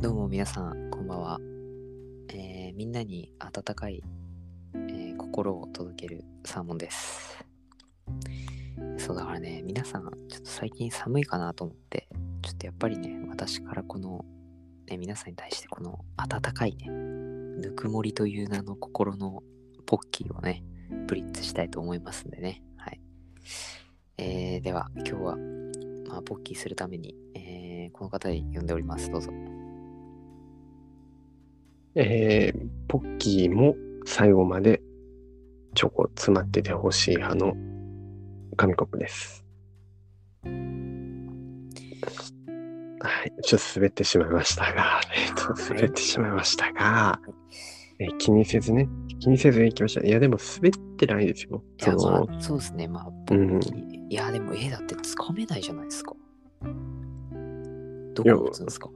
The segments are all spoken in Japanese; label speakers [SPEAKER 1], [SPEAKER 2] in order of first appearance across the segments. [SPEAKER 1] どうも皆さん、こんばんは。えーみんなに温かい、えー心を届けるサーモンです。そうだからね、皆さん、ちょっと最近寒いかなと思って、ちょっとやっぱりね、私からこの、ね、皆さんに対してこの温かいね、ぬくもりという名の心のポッキーをね、ブリッツしたいと思いますんでね。はい。えーでは、今日は、まあ、ポッキーするために、えーこの方呼んでおります。どうぞ。
[SPEAKER 2] えーポッキーも最後までチョコ詰まっててほしい派の紙コップです。はい、ちょっと滑ってしまいましたが、えっと、滑ってしまいましたが、えー気にせずね、気にせず行きました。いや、でも滑ってないですよ。
[SPEAKER 1] いや、
[SPEAKER 2] その
[SPEAKER 1] まあ、そうですね。まあ、ポ
[SPEAKER 2] うん
[SPEAKER 1] ッキー。いや、でも、え、だって、つかめないじゃないですか。どこを打つんですか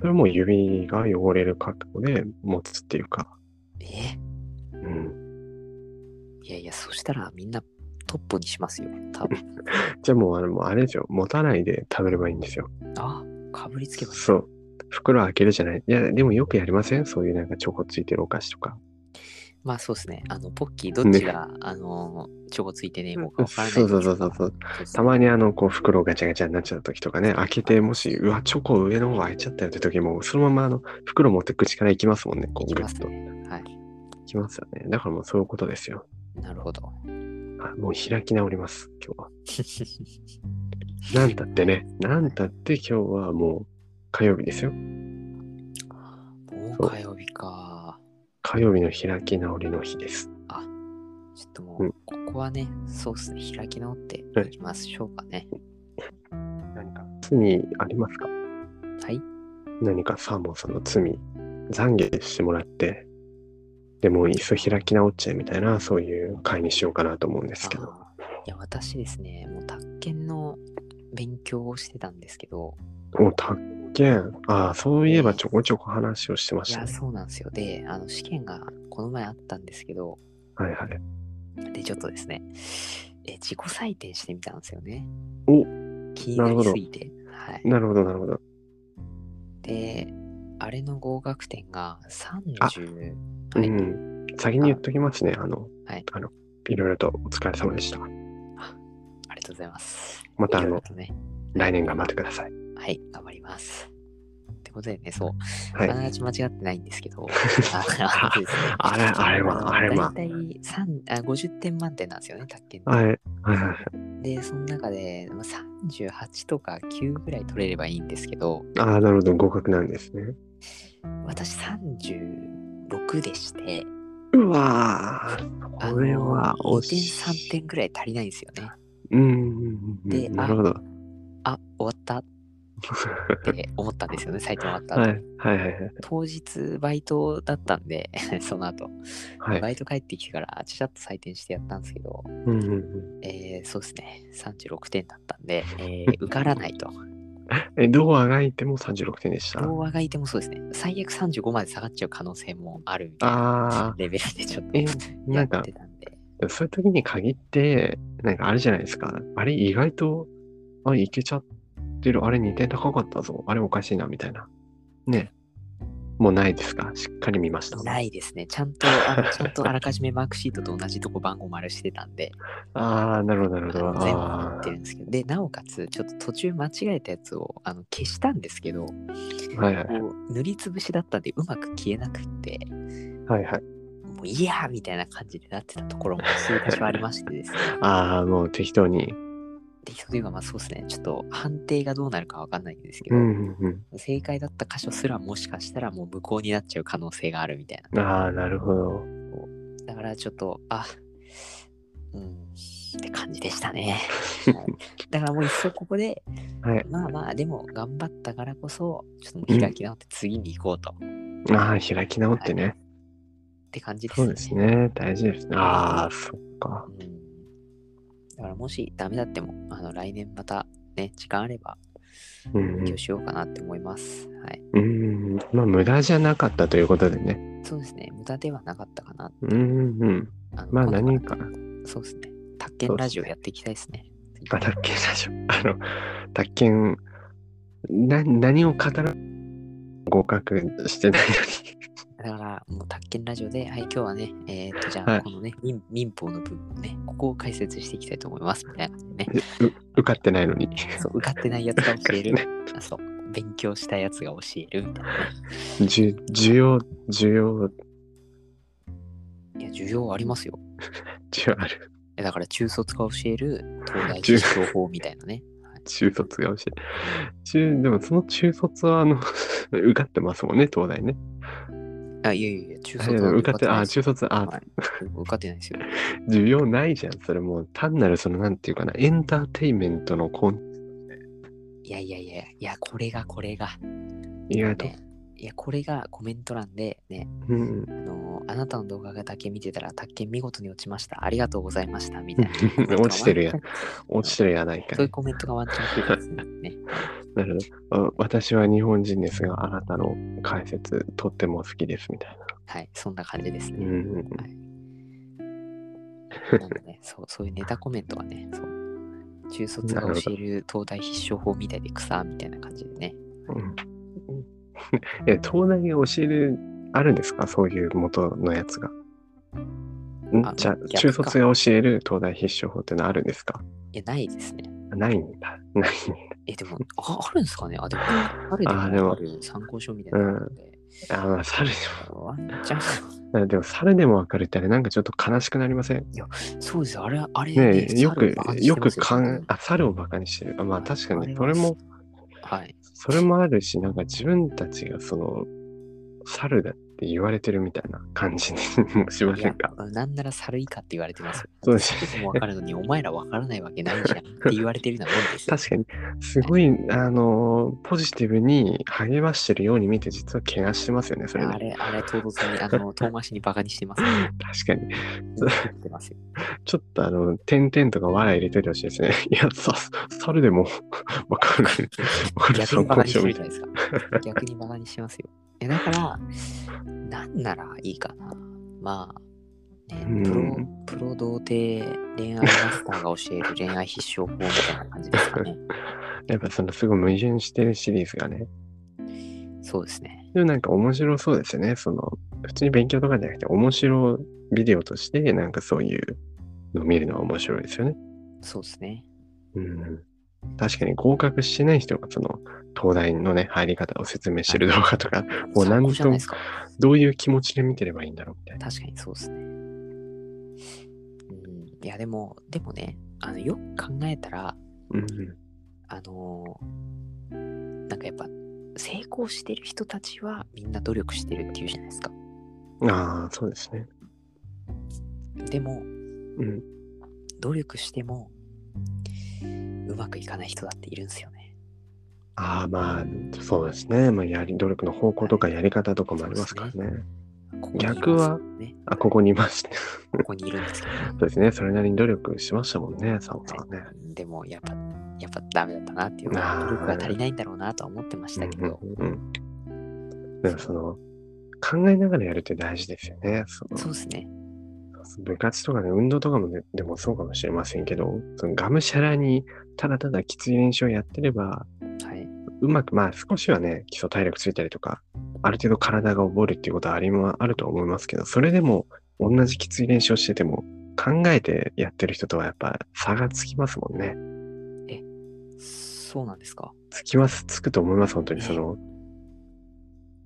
[SPEAKER 2] それはもう指が汚れる覚悟で持つっていうか、
[SPEAKER 1] え
[SPEAKER 2] うん。
[SPEAKER 1] いやいや、そしたらみんなトップにしますよ。多分
[SPEAKER 2] じゃあもうあれもうあれですよ、持たないで食べればいいんですよ。
[SPEAKER 1] あ、かぶりつけばいい。
[SPEAKER 2] そう。袋開けるじゃない。いや、でもよくやりませんそういうなんかチョコついてるお菓子とか。
[SPEAKER 1] まあ、そうですね。あの、ポッキー、どっちが、あの、チョコついてねえもんかわからない。
[SPEAKER 2] そうそうそうそうそう。たまにあの、こう、袋ガチャガチャになっちゃう時とかね、開けて、もし、うわ、チョコ上の方開いちゃったよって時も、そのままあの、袋持って口から行きますもんね。こ、
[SPEAKER 1] いうき
[SPEAKER 2] ぐ
[SPEAKER 1] ま
[SPEAKER 2] っ
[SPEAKER 1] す
[SPEAKER 2] と。行
[SPEAKER 1] ね。はい。
[SPEAKER 2] きますよね。だからもうそういうことですよ。
[SPEAKER 1] なるほど。
[SPEAKER 2] あもう開き直ります、今日は。なんたってね、なんたって今日はもう、火曜日ですよ。
[SPEAKER 1] もう火曜日か。
[SPEAKER 2] 火曜日の開き直りの日で
[SPEAKER 1] ち
[SPEAKER 2] す。
[SPEAKER 1] ょっとも
[SPEAKER 2] う
[SPEAKER 1] う、
[SPEAKER 2] ん
[SPEAKER 1] ここはね、そうですね。開き直っていきましょうかね。
[SPEAKER 2] 何か罪ありますか
[SPEAKER 1] はい。
[SPEAKER 2] 何かサーモンさんの罪、懺悔してもらって、でもういっそ開き直っちゃえみたいな、そういう会にしようかなと思うんですけど。
[SPEAKER 1] あーいや私ですねもう宅建の勉強をしてたんですけど
[SPEAKER 2] お、たっけん。ああ、そういえばちょこちょこ話をしてま
[SPEAKER 1] い
[SPEAKER 2] した
[SPEAKER 1] や
[SPEAKER 2] ね。
[SPEAKER 1] そうなんですよであの試験がこの前あったんですけど
[SPEAKER 2] はいはい。
[SPEAKER 1] でちょっとですねえ自己採点してみたんですよね
[SPEAKER 2] お
[SPEAKER 1] 気に
[SPEAKER 2] な
[SPEAKER 1] な
[SPEAKER 2] る
[SPEAKER 1] り
[SPEAKER 2] ほど
[SPEAKER 1] すぎてはい
[SPEAKER 2] なるほど、なるほど。
[SPEAKER 1] であれの合格点が
[SPEAKER 2] あ
[SPEAKER 1] 30
[SPEAKER 2] う
[SPEAKER 1] はい、
[SPEAKER 2] ん。先に言っときますね。あの、
[SPEAKER 1] はい
[SPEAKER 2] あの、いろいろとお疲れ様でした。
[SPEAKER 1] ありがとうございます
[SPEAKER 2] またあ
[SPEAKER 1] いろい
[SPEAKER 2] の
[SPEAKER 1] ろ、とね
[SPEAKER 2] 来年頑張ってください。
[SPEAKER 1] はい頑張りますってことでねそう
[SPEAKER 2] はい
[SPEAKER 1] あ。ながち間違ってないんですけ ど、あのですね
[SPEAKER 2] あれあれまあれま
[SPEAKER 1] 大体三あ50点満点なんですよね、卓球の
[SPEAKER 2] はい。はいはいはい。
[SPEAKER 1] で、その中でまあ38とか9ぐらい取れればいいんですけど、
[SPEAKER 2] ああ、なるほど。合格なんですね。
[SPEAKER 1] 私36でして、
[SPEAKER 2] うわーこれは
[SPEAKER 1] 2
[SPEAKER 2] 惜
[SPEAKER 1] 点
[SPEAKER 2] しい。
[SPEAKER 1] 3点ぐらい足りないんですよね。
[SPEAKER 2] うんうんうん
[SPEAKER 1] で
[SPEAKER 2] うん。なるほど。
[SPEAKER 1] あ、終わったって思ったんですよね、採点終わった後、
[SPEAKER 2] はいはいはいはい
[SPEAKER 1] 当日バイトだったんで、 その後、
[SPEAKER 2] はい。
[SPEAKER 1] バイト帰ってきてから、ちゃちゃっと採点してやったんですけど、
[SPEAKER 2] うんうんうん
[SPEAKER 1] えーそうですね、36点だったんで、えー 受からないと。
[SPEAKER 2] え、どうあがいても36点でした。
[SPEAKER 1] 童話がいてもそうですね、最悪35まで下がっちゃう可能性もあるみたいな
[SPEAKER 2] あ
[SPEAKER 1] レベルでちょっと
[SPEAKER 2] え
[SPEAKER 1] や
[SPEAKER 2] なん
[SPEAKER 1] っ
[SPEAKER 2] か
[SPEAKER 1] てたんで、
[SPEAKER 2] あ、そういう時に限って、なんかあれじゃないですか。あれ意外と、あ、いけちゃってる。あれ2点高かったぞ。あれおかしいな、みたいな。ね。もうないですかしっかり見ました。
[SPEAKER 1] ないですね、ちゃんとあ のちゃんとあらかじめマークシートと同じとこ番号丸してたんで、
[SPEAKER 2] ああ、なるほど、な
[SPEAKER 1] あ
[SPEAKER 2] る
[SPEAKER 1] の
[SPEAKER 2] ほど。
[SPEAKER 1] 全部持
[SPEAKER 2] あ
[SPEAKER 1] ってるんですけど、で、なおかつ、ちょっと途中間違えたやつをあの消したんですけど、こ
[SPEAKER 2] あ、はいはいう
[SPEAKER 1] 塗りつぶしだったんで、うまく消えなくって、
[SPEAKER 2] はいはい。
[SPEAKER 1] もういやーみたいな感じになってたところも数箇所ありまして ですね。
[SPEAKER 2] ああ、もう適当に。
[SPEAKER 1] 適当というか、まあそうですね、ちょっと判定がどうなるかわかんないんですけ
[SPEAKER 2] う
[SPEAKER 1] ど、
[SPEAKER 2] んうん
[SPEAKER 1] 正解だった箇所すらもしかしたらもう無効になっちゃう可能性があるみたい
[SPEAKER 2] うん。ああ、なるほど。
[SPEAKER 1] な。だからちょっと、あ、うん、って感じでした ね。はいだからもう一層ここで、
[SPEAKER 2] はい
[SPEAKER 1] まあまあ、でも頑張ったからこそ、ちょっともう開き直って次に行こうと、っ
[SPEAKER 2] ああ、開き直ってね。
[SPEAKER 1] て感じです
[SPEAKER 2] そ
[SPEAKER 1] ね。
[SPEAKER 2] うですね。大事ですね。ああ、そっか。
[SPEAKER 1] うん。だからもしダメだっても、あの来年またね、時間あれば
[SPEAKER 2] うん、う
[SPEAKER 1] 勉
[SPEAKER 2] ん
[SPEAKER 1] 強。しようかなって思います。はい。
[SPEAKER 2] うん。まあ、無駄じゃなかったということでね。
[SPEAKER 1] そうですね、無駄ではなかったかな。
[SPEAKER 2] うんうんうん。
[SPEAKER 1] あの
[SPEAKER 2] まあ、
[SPEAKER 1] 今度
[SPEAKER 2] 何か。
[SPEAKER 1] そうですね。宅建ラジオやっていきたいですね。
[SPEAKER 2] あ、宅建ラジオ。あの、宅建、な、何を語る合格してないの
[SPEAKER 1] だから、もう、宅建ラジオで、はい、今日はね、えーっと、じゃ
[SPEAKER 2] は
[SPEAKER 1] あ、
[SPEAKER 2] い
[SPEAKER 1] このね、民民法の部分をね、ここを解説していきたいと思います、みたいな 感じでね。
[SPEAKER 2] にう受かってないのに。
[SPEAKER 1] そう、受かってないやつが教え る
[SPEAKER 2] 受かっ。
[SPEAKER 1] あそう、勉強したやつが教える、みたいなね。
[SPEAKER 2] じゅ需要、需要、
[SPEAKER 1] いや、需要ありますよ。
[SPEAKER 2] 需要ある。
[SPEAKER 1] えだから、中卒が教える、東大
[SPEAKER 2] 中
[SPEAKER 1] 実証法みたいなね。
[SPEAKER 2] 中卒が欲しい。中、でもその中卒は、あの、 受かってますもんね、東大ね。
[SPEAKER 1] あ、いやいやいや、中
[SPEAKER 2] あ
[SPEAKER 1] 卒
[SPEAKER 2] いや
[SPEAKER 1] は
[SPEAKER 2] 受かって、あ、中
[SPEAKER 1] 卒。
[SPEAKER 2] 卒、あ、
[SPEAKER 1] はい受かってないですよ。
[SPEAKER 2] 需要ないじゃん。それもう単なるその、なんていうかな、エンターテインメントのコン、
[SPEAKER 1] いやいやいや、いや、これが、これが。
[SPEAKER 2] 意外と。
[SPEAKER 1] ねいや、これがコメント欄で、ね、
[SPEAKER 2] うん
[SPEAKER 1] あ。のーあなたの動画がだけ見てたら、宅建見事に落ちました。ありがとうございました。みたいな。
[SPEAKER 2] 落ちてるやん
[SPEAKER 1] ん。
[SPEAKER 2] 落ちてるやない
[SPEAKER 1] そ
[SPEAKER 2] か
[SPEAKER 1] うい。
[SPEAKER 2] いう
[SPEAKER 1] コメントがワンチャン来るんですね。ね
[SPEAKER 2] なるほど。あ私は日本人ですが、あなたの解説、とっても好きです、みたいな。
[SPEAKER 1] はい、そんな感じです
[SPEAKER 2] う
[SPEAKER 1] ね。
[SPEAKER 2] んうんう
[SPEAKER 1] は
[SPEAKER 2] ん。
[SPEAKER 1] い、なので、ね、そう、そういうネタコメントはね、そう。中卒が教える東大必勝法みたいで草みたいな感じでね。
[SPEAKER 2] え、東大に教える、あるんですかそういう元のやつが。
[SPEAKER 1] あ
[SPEAKER 2] んじゃあ
[SPEAKER 1] 逆、か
[SPEAKER 2] 中卒が教える東大必勝法ってのあるんですか
[SPEAKER 1] いや、ないですね。
[SPEAKER 2] ないんだ。ない。
[SPEAKER 1] え、でも、ああるんですかねあ、でも、ある
[SPEAKER 2] あ
[SPEAKER 1] で
[SPEAKER 2] で
[SPEAKER 1] も
[SPEAKER 2] も
[SPEAKER 1] ある参考書みたいなのがあるので。
[SPEAKER 2] あ、まあ、猿で
[SPEAKER 1] ワン チャン。
[SPEAKER 2] も、 あでも猿でもわかるってあれ、なんかちょっと悲しくなりません
[SPEAKER 1] そうです、あれ、あれ、
[SPEAKER 2] ねえ、よ
[SPEAKER 1] 猿を
[SPEAKER 2] く
[SPEAKER 1] 馬鹿、にして
[SPEAKER 2] よ
[SPEAKER 1] ま
[SPEAKER 2] く
[SPEAKER 1] す
[SPEAKER 2] かん、あ、猿をバカにしてる。あまあ、確か
[SPEAKER 1] あれ
[SPEAKER 2] に、
[SPEAKER 1] は
[SPEAKER 2] それも、
[SPEAKER 1] はい。
[SPEAKER 2] それもあるし、なんか自分たちがその、猿だって言われてるみたいな感じにもしま
[SPEAKER 1] い
[SPEAKER 2] せん
[SPEAKER 1] や
[SPEAKER 2] か。、
[SPEAKER 1] なんなら猿以下って言われてますよ。
[SPEAKER 2] そうですよね
[SPEAKER 1] 私もわかるのに、お前らわからないわけないじゃんって言われてるようなもんですよ。
[SPEAKER 2] 確かに、すごい、あの、ポジティブに励ましてるように見て、実は怪我してますよね、それ
[SPEAKER 1] あ
[SPEAKER 2] ね。
[SPEAKER 1] れ、あれ、唐突に、あ の、遠回しにバカにしてます、ね。
[SPEAKER 2] 確かに。そう
[SPEAKER 1] 言ってますよ。
[SPEAKER 2] ちょっとあの、点々とか笑い入れといてほしいですね。いや、さ、猿でも、わかる。わかる、
[SPEAKER 1] 逆に
[SPEAKER 2] 参
[SPEAKER 1] バカ
[SPEAKER 2] 考
[SPEAKER 1] にして
[SPEAKER 2] 書
[SPEAKER 1] る
[SPEAKER 2] み
[SPEAKER 1] じ
[SPEAKER 2] た
[SPEAKER 1] ゃな
[SPEAKER 2] い
[SPEAKER 1] いですか。逆にバカにしてますよ。え、だから、なんならいいかな。まあ、ね、プ
[SPEAKER 2] う
[SPEAKER 1] ロ
[SPEAKER 2] ん、
[SPEAKER 1] プロ童貞恋愛マスターが教える恋愛必勝法みたいな感じですかね。
[SPEAKER 2] な。やっぱその、すごい矛盾してるシリーズがね。
[SPEAKER 1] そうですね。
[SPEAKER 2] でもなんか面白そうですよね。その、普通に勉強とかじゃなくて、面白ビデオとして、なんかそういうのを見るのは面白いですよね。
[SPEAKER 1] そうですね。
[SPEAKER 2] うん。確かに合格してない人が、その、東大のね、入り方を説明してる動画とか、もう
[SPEAKER 1] 最
[SPEAKER 2] なん
[SPEAKER 1] 高
[SPEAKER 2] と
[SPEAKER 1] じゃないですか。
[SPEAKER 2] どういう気持ちで見てればいいんだろうみたいな。
[SPEAKER 1] 確かにそうですね。うん、いやでも、でもね、あのよく考えたら、
[SPEAKER 2] うん。
[SPEAKER 1] あのーなんかやっぱ成功してる人たちはみんな努力してるっていうじゃないですか。
[SPEAKER 2] ああ、そうですね。
[SPEAKER 1] でも、
[SPEAKER 2] うん。
[SPEAKER 1] 努力してもうまくいかない人だっているんですよね。
[SPEAKER 2] ああ、まあ、そうですね。まあ、やり、努力の方向とかやり方とかもありますからね。
[SPEAKER 1] ここにい
[SPEAKER 2] 逆は
[SPEAKER 1] ますね、
[SPEAKER 2] あ、ここにいますね。
[SPEAKER 1] ここにいるんですけどね、
[SPEAKER 2] そうですね。それなりに努力しましたもんね、サオさんはね。
[SPEAKER 1] はいでもやっぱ、やっぱダメだったなっていうの
[SPEAKER 2] あ
[SPEAKER 1] は、
[SPEAKER 2] ー
[SPEAKER 1] 努力が足りないんだろうなとは思ってましたけど、
[SPEAKER 2] うんうんうん、でもその考えながらやるって大事ですよね。その
[SPEAKER 1] そうですね。
[SPEAKER 2] 部活とかね、運動とかもね、でもそうかもしれませんけど、そのがむしゃらにただただきつい練習をやってれば、
[SPEAKER 1] はい。
[SPEAKER 2] うまく、まあ少しはね、基礎体力ついたりとか、ある程度体が覚えるっていうことはありもあると思いますけど、それでも同じきつい練習をしてても、考えてやってる人とはやっぱ差がつきますもんね。
[SPEAKER 1] そうなんですか。
[SPEAKER 2] つきます、つくと思います、本当に。その、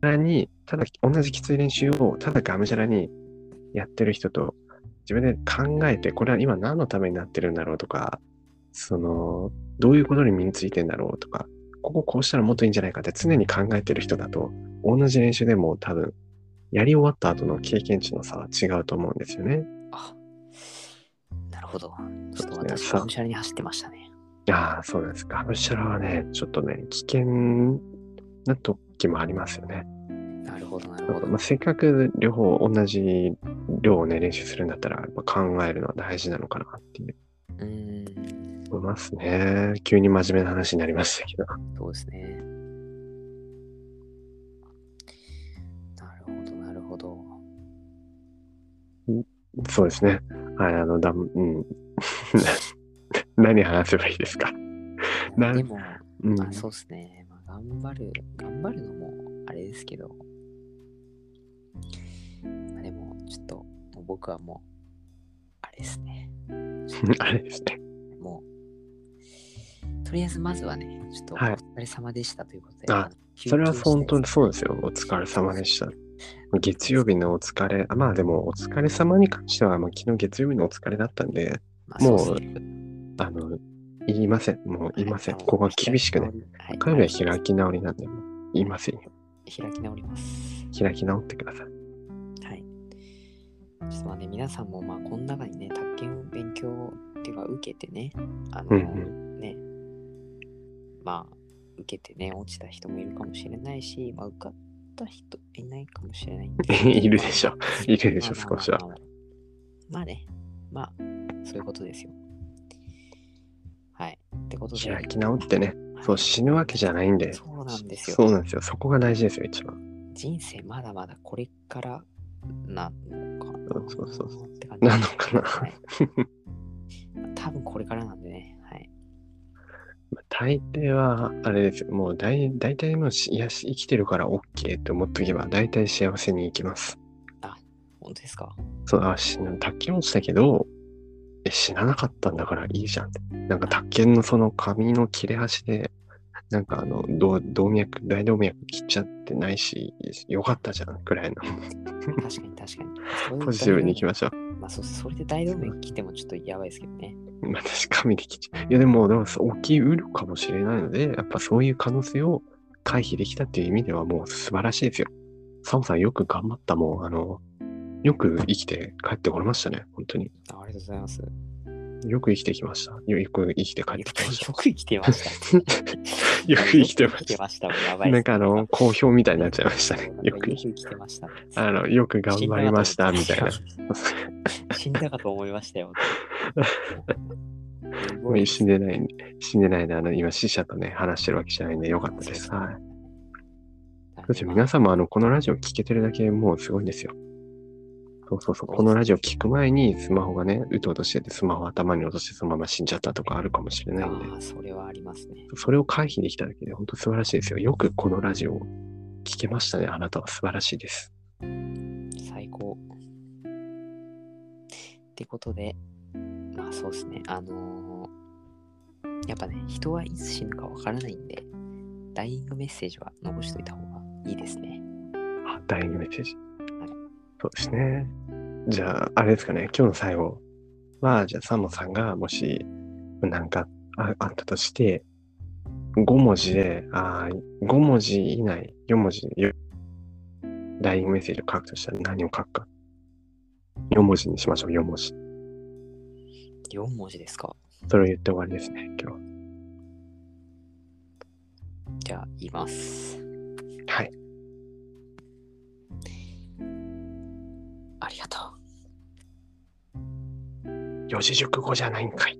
[SPEAKER 2] さらに、ただ、同じきつい練習を、ただがむしゃらにやってる人と、自分で考えて、これは今何のためになってるんだろうとか、その、どういうことに身についてんだろうとか、こここうしたらもっといいんじゃないかって常に考えてる人だと、同じ練習でも多分、やり終わった後の経験値の差は違うと思うんですよね。
[SPEAKER 1] あなるほど。ちょっと
[SPEAKER 2] そうですね
[SPEAKER 1] 私、
[SPEAKER 2] さ
[SPEAKER 1] がむしゃらに走ってましたね。
[SPEAKER 2] ああ、そうなんです。がむしゃらはね、ちょっとね、危険な時もありますよね。
[SPEAKER 1] なるほど、なるほ
[SPEAKER 2] なんか
[SPEAKER 1] ど。
[SPEAKER 2] まあ、せっかく両方同じ量をね、練習するんだったら、やっぱ考えるのは大事なのかなっていう
[SPEAKER 1] うーん、
[SPEAKER 2] 思いますね。急に真面目な話になりましたけど。
[SPEAKER 1] そうですね。なるほど、なるほど。
[SPEAKER 2] そうですね。はい、あの、だん、うん。 何話せばいいですか。な
[SPEAKER 1] でも、
[SPEAKER 2] うん。
[SPEAKER 1] まあそうですね。まあ、頑張る、頑張るのもあれですけど、まあ、でも、ちょっと、もう僕はもう、あれですね。
[SPEAKER 2] あれですね。
[SPEAKER 1] もう、とりあえずまずはね、ちょっと、お
[SPEAKER 2] はい
[SPEAKER 1] 疲れ様でしたということで。
[SPEAKER 2] あ
[SPEAKER 1] の、
[SPEAKER 2] それは本当
[SPEAKER 1] 休憩したい
[SPEAKER 2] にそうですよ。お疲れ様でした。月曜日のお疲れ、あまあでもお疲れ様に関しては、まあ、昨日月曜日のお疲れだったんで、
[SPEAKER 1] まあ
[SPEAKER 2] も
[SPEAKER 1] そうですね、
[SPEAKER 2] あの、言いません。もう言いません。
[SPEAKER 1] は
[SPEAKER 2] ここは厳しくね。。
[SPEAKER 1] はい、
[SPEAKER 2] 彼女は開き直りなんで、もう言いませんよ。
[SPEAKER 1] 開き直ります。
[SPEAKER 2] 開き直ってください。
[SPEAKER 1] はい。ちょっとまあね、皆さんもまあこの中にね、宅建を勉強っていうか受けてね、あの、
[SPEAKER 2] うん
[SPEAKER 1] ね、まあ受けてね、落ちた人もいるかもしれないし、まあ受かった人いないかもしれないんで。
[SPEAKER 2] いるで しょ。いるでしょ、
[SPEAKER 1] まあまあまあ
[SPEAKER 2] 少しは。
[SPEAKER 1] まあまあね、まあ、そういうことですよ。はい。ってことで。
[SPEAKER 2] 開き直ってね。そう、死ぬわけじゃないんで。
[SPEAKER 1] そうなんですよ。
[SPEAKER 2] そうなんですよ。そこが大事ですよ、一番。
[SPEAKER 1] 人生まだまだこれからなのかな
[SPEAKER 2] そうそうそうそ
[SPEAKER 1] って感じ
[SPEAKER 2] なのかな。
[SPEAKER 1] はい多分これからなんでね、はい、
[SPEAKER 2] 大抵は、あれですよ。もう大、大体もうし、いや、し生きてるから OK って思っとけば、大体幸せに行きます。
[SPEAKER 1] 本当ですか
[SPEAKER 2] そう、あ、死ぬ。卓球落ちたけど、え、死ななかったんだからいいじゃんって。なんか卓球のその髪の切れ端で、なんかあの、動動脈、大動脈切っちゃってないし、よかったじゃん、くらい
[SPEAKER 1] 確かに確かに。そういう
[SPEAKER 2] の。ポジティブに行き
[SPEAKER 1] 大動
[SPEAKER 2] ましょう。
[SPEAKER 1] 脈まあそうそれで大動脈来てもちょっとやばいですけどね。
[SPEAKER 2] まあ、確かにできちゃう。いや、でも、でも、そう起きうるかもしれないので、やっぱそういう可能性を回避できたっていう意味では、もう素晴らしいですよ。サムさん、よく頑張った、もう、あの、よく生きて帰ってこれましたね、本当に。
[SPEAKER 1] あありがとうございます。
[SPEAKER 2] よく生きてきました。よよく生きて帰っ
[SPEAKER 1] よ
[SPEAKER 2] てきま
[SPEAKER 1] く
[SPEAKER 2] し
[SPEAKER 1] よく生きてました。
[SPEAKER 2] た。 よく生きてま
[SPEAKER 1] よく生
[SPEAKER 2] した
[SPEAKER 1] きてました。もうやばいっす
[SPEAKER 2] なんかあの、好評みたいになっちゃいました ね。よく
[SPEAKER 1] よく、生きてました。
[SPEAKER 2] あの、よく頑張りました、みたいな。
[SPEAKER 1] 死んだかと思いましたよ。すごい
[SPEAKER 2] もう死んでないんで、死んでないんで、あの、今死者とね、話してるわけじゃないんで、よかったです。はい。だって皆さんもあの、このラジオ聞けてるだけもうすごいんですよ。そうそうそう。このラジオ聞く前にスマホがね、うとうとしてて、スマホ頭に落としてそのまま死んじゃったとかあるかもしれないんで、
[SPEAKER 1] ああ、それはありますね。
[SPEAKER 2] それを回避できただけで本当素晴らしいですよ。よくこのラジオを聞けましたね。あなたは素晴らしいです。
[SPEAKER 1] 最高。ってことで、まあそうですね、あのーやっぱね、人はいつ死ぬかわからないんで、ダイイングメッセージは残しといた方がいいですね。
[SPEAKER 2] あ、ダイイングメッセージ。そうですね。じゃあ、あれですかね。今日の最後は、じゃあ、サモさんがもし、なんかああったとして、5文字で、あ5文字以内、4文字で、ダイイングメッセージを書くとしたら何を書くか。4文字にしましょう、4文字。
[SPEAKER 1] 4文字ですか。
[SPEAKER 2] それを言って終わりですね、今日
[SPEAKER 1] じゃあ、言います。
[SPEAKER 2] は。はい。
[SPEAKER 1] ありがとう。
[SPEAKER 2] 四字熟語じゃないんかい。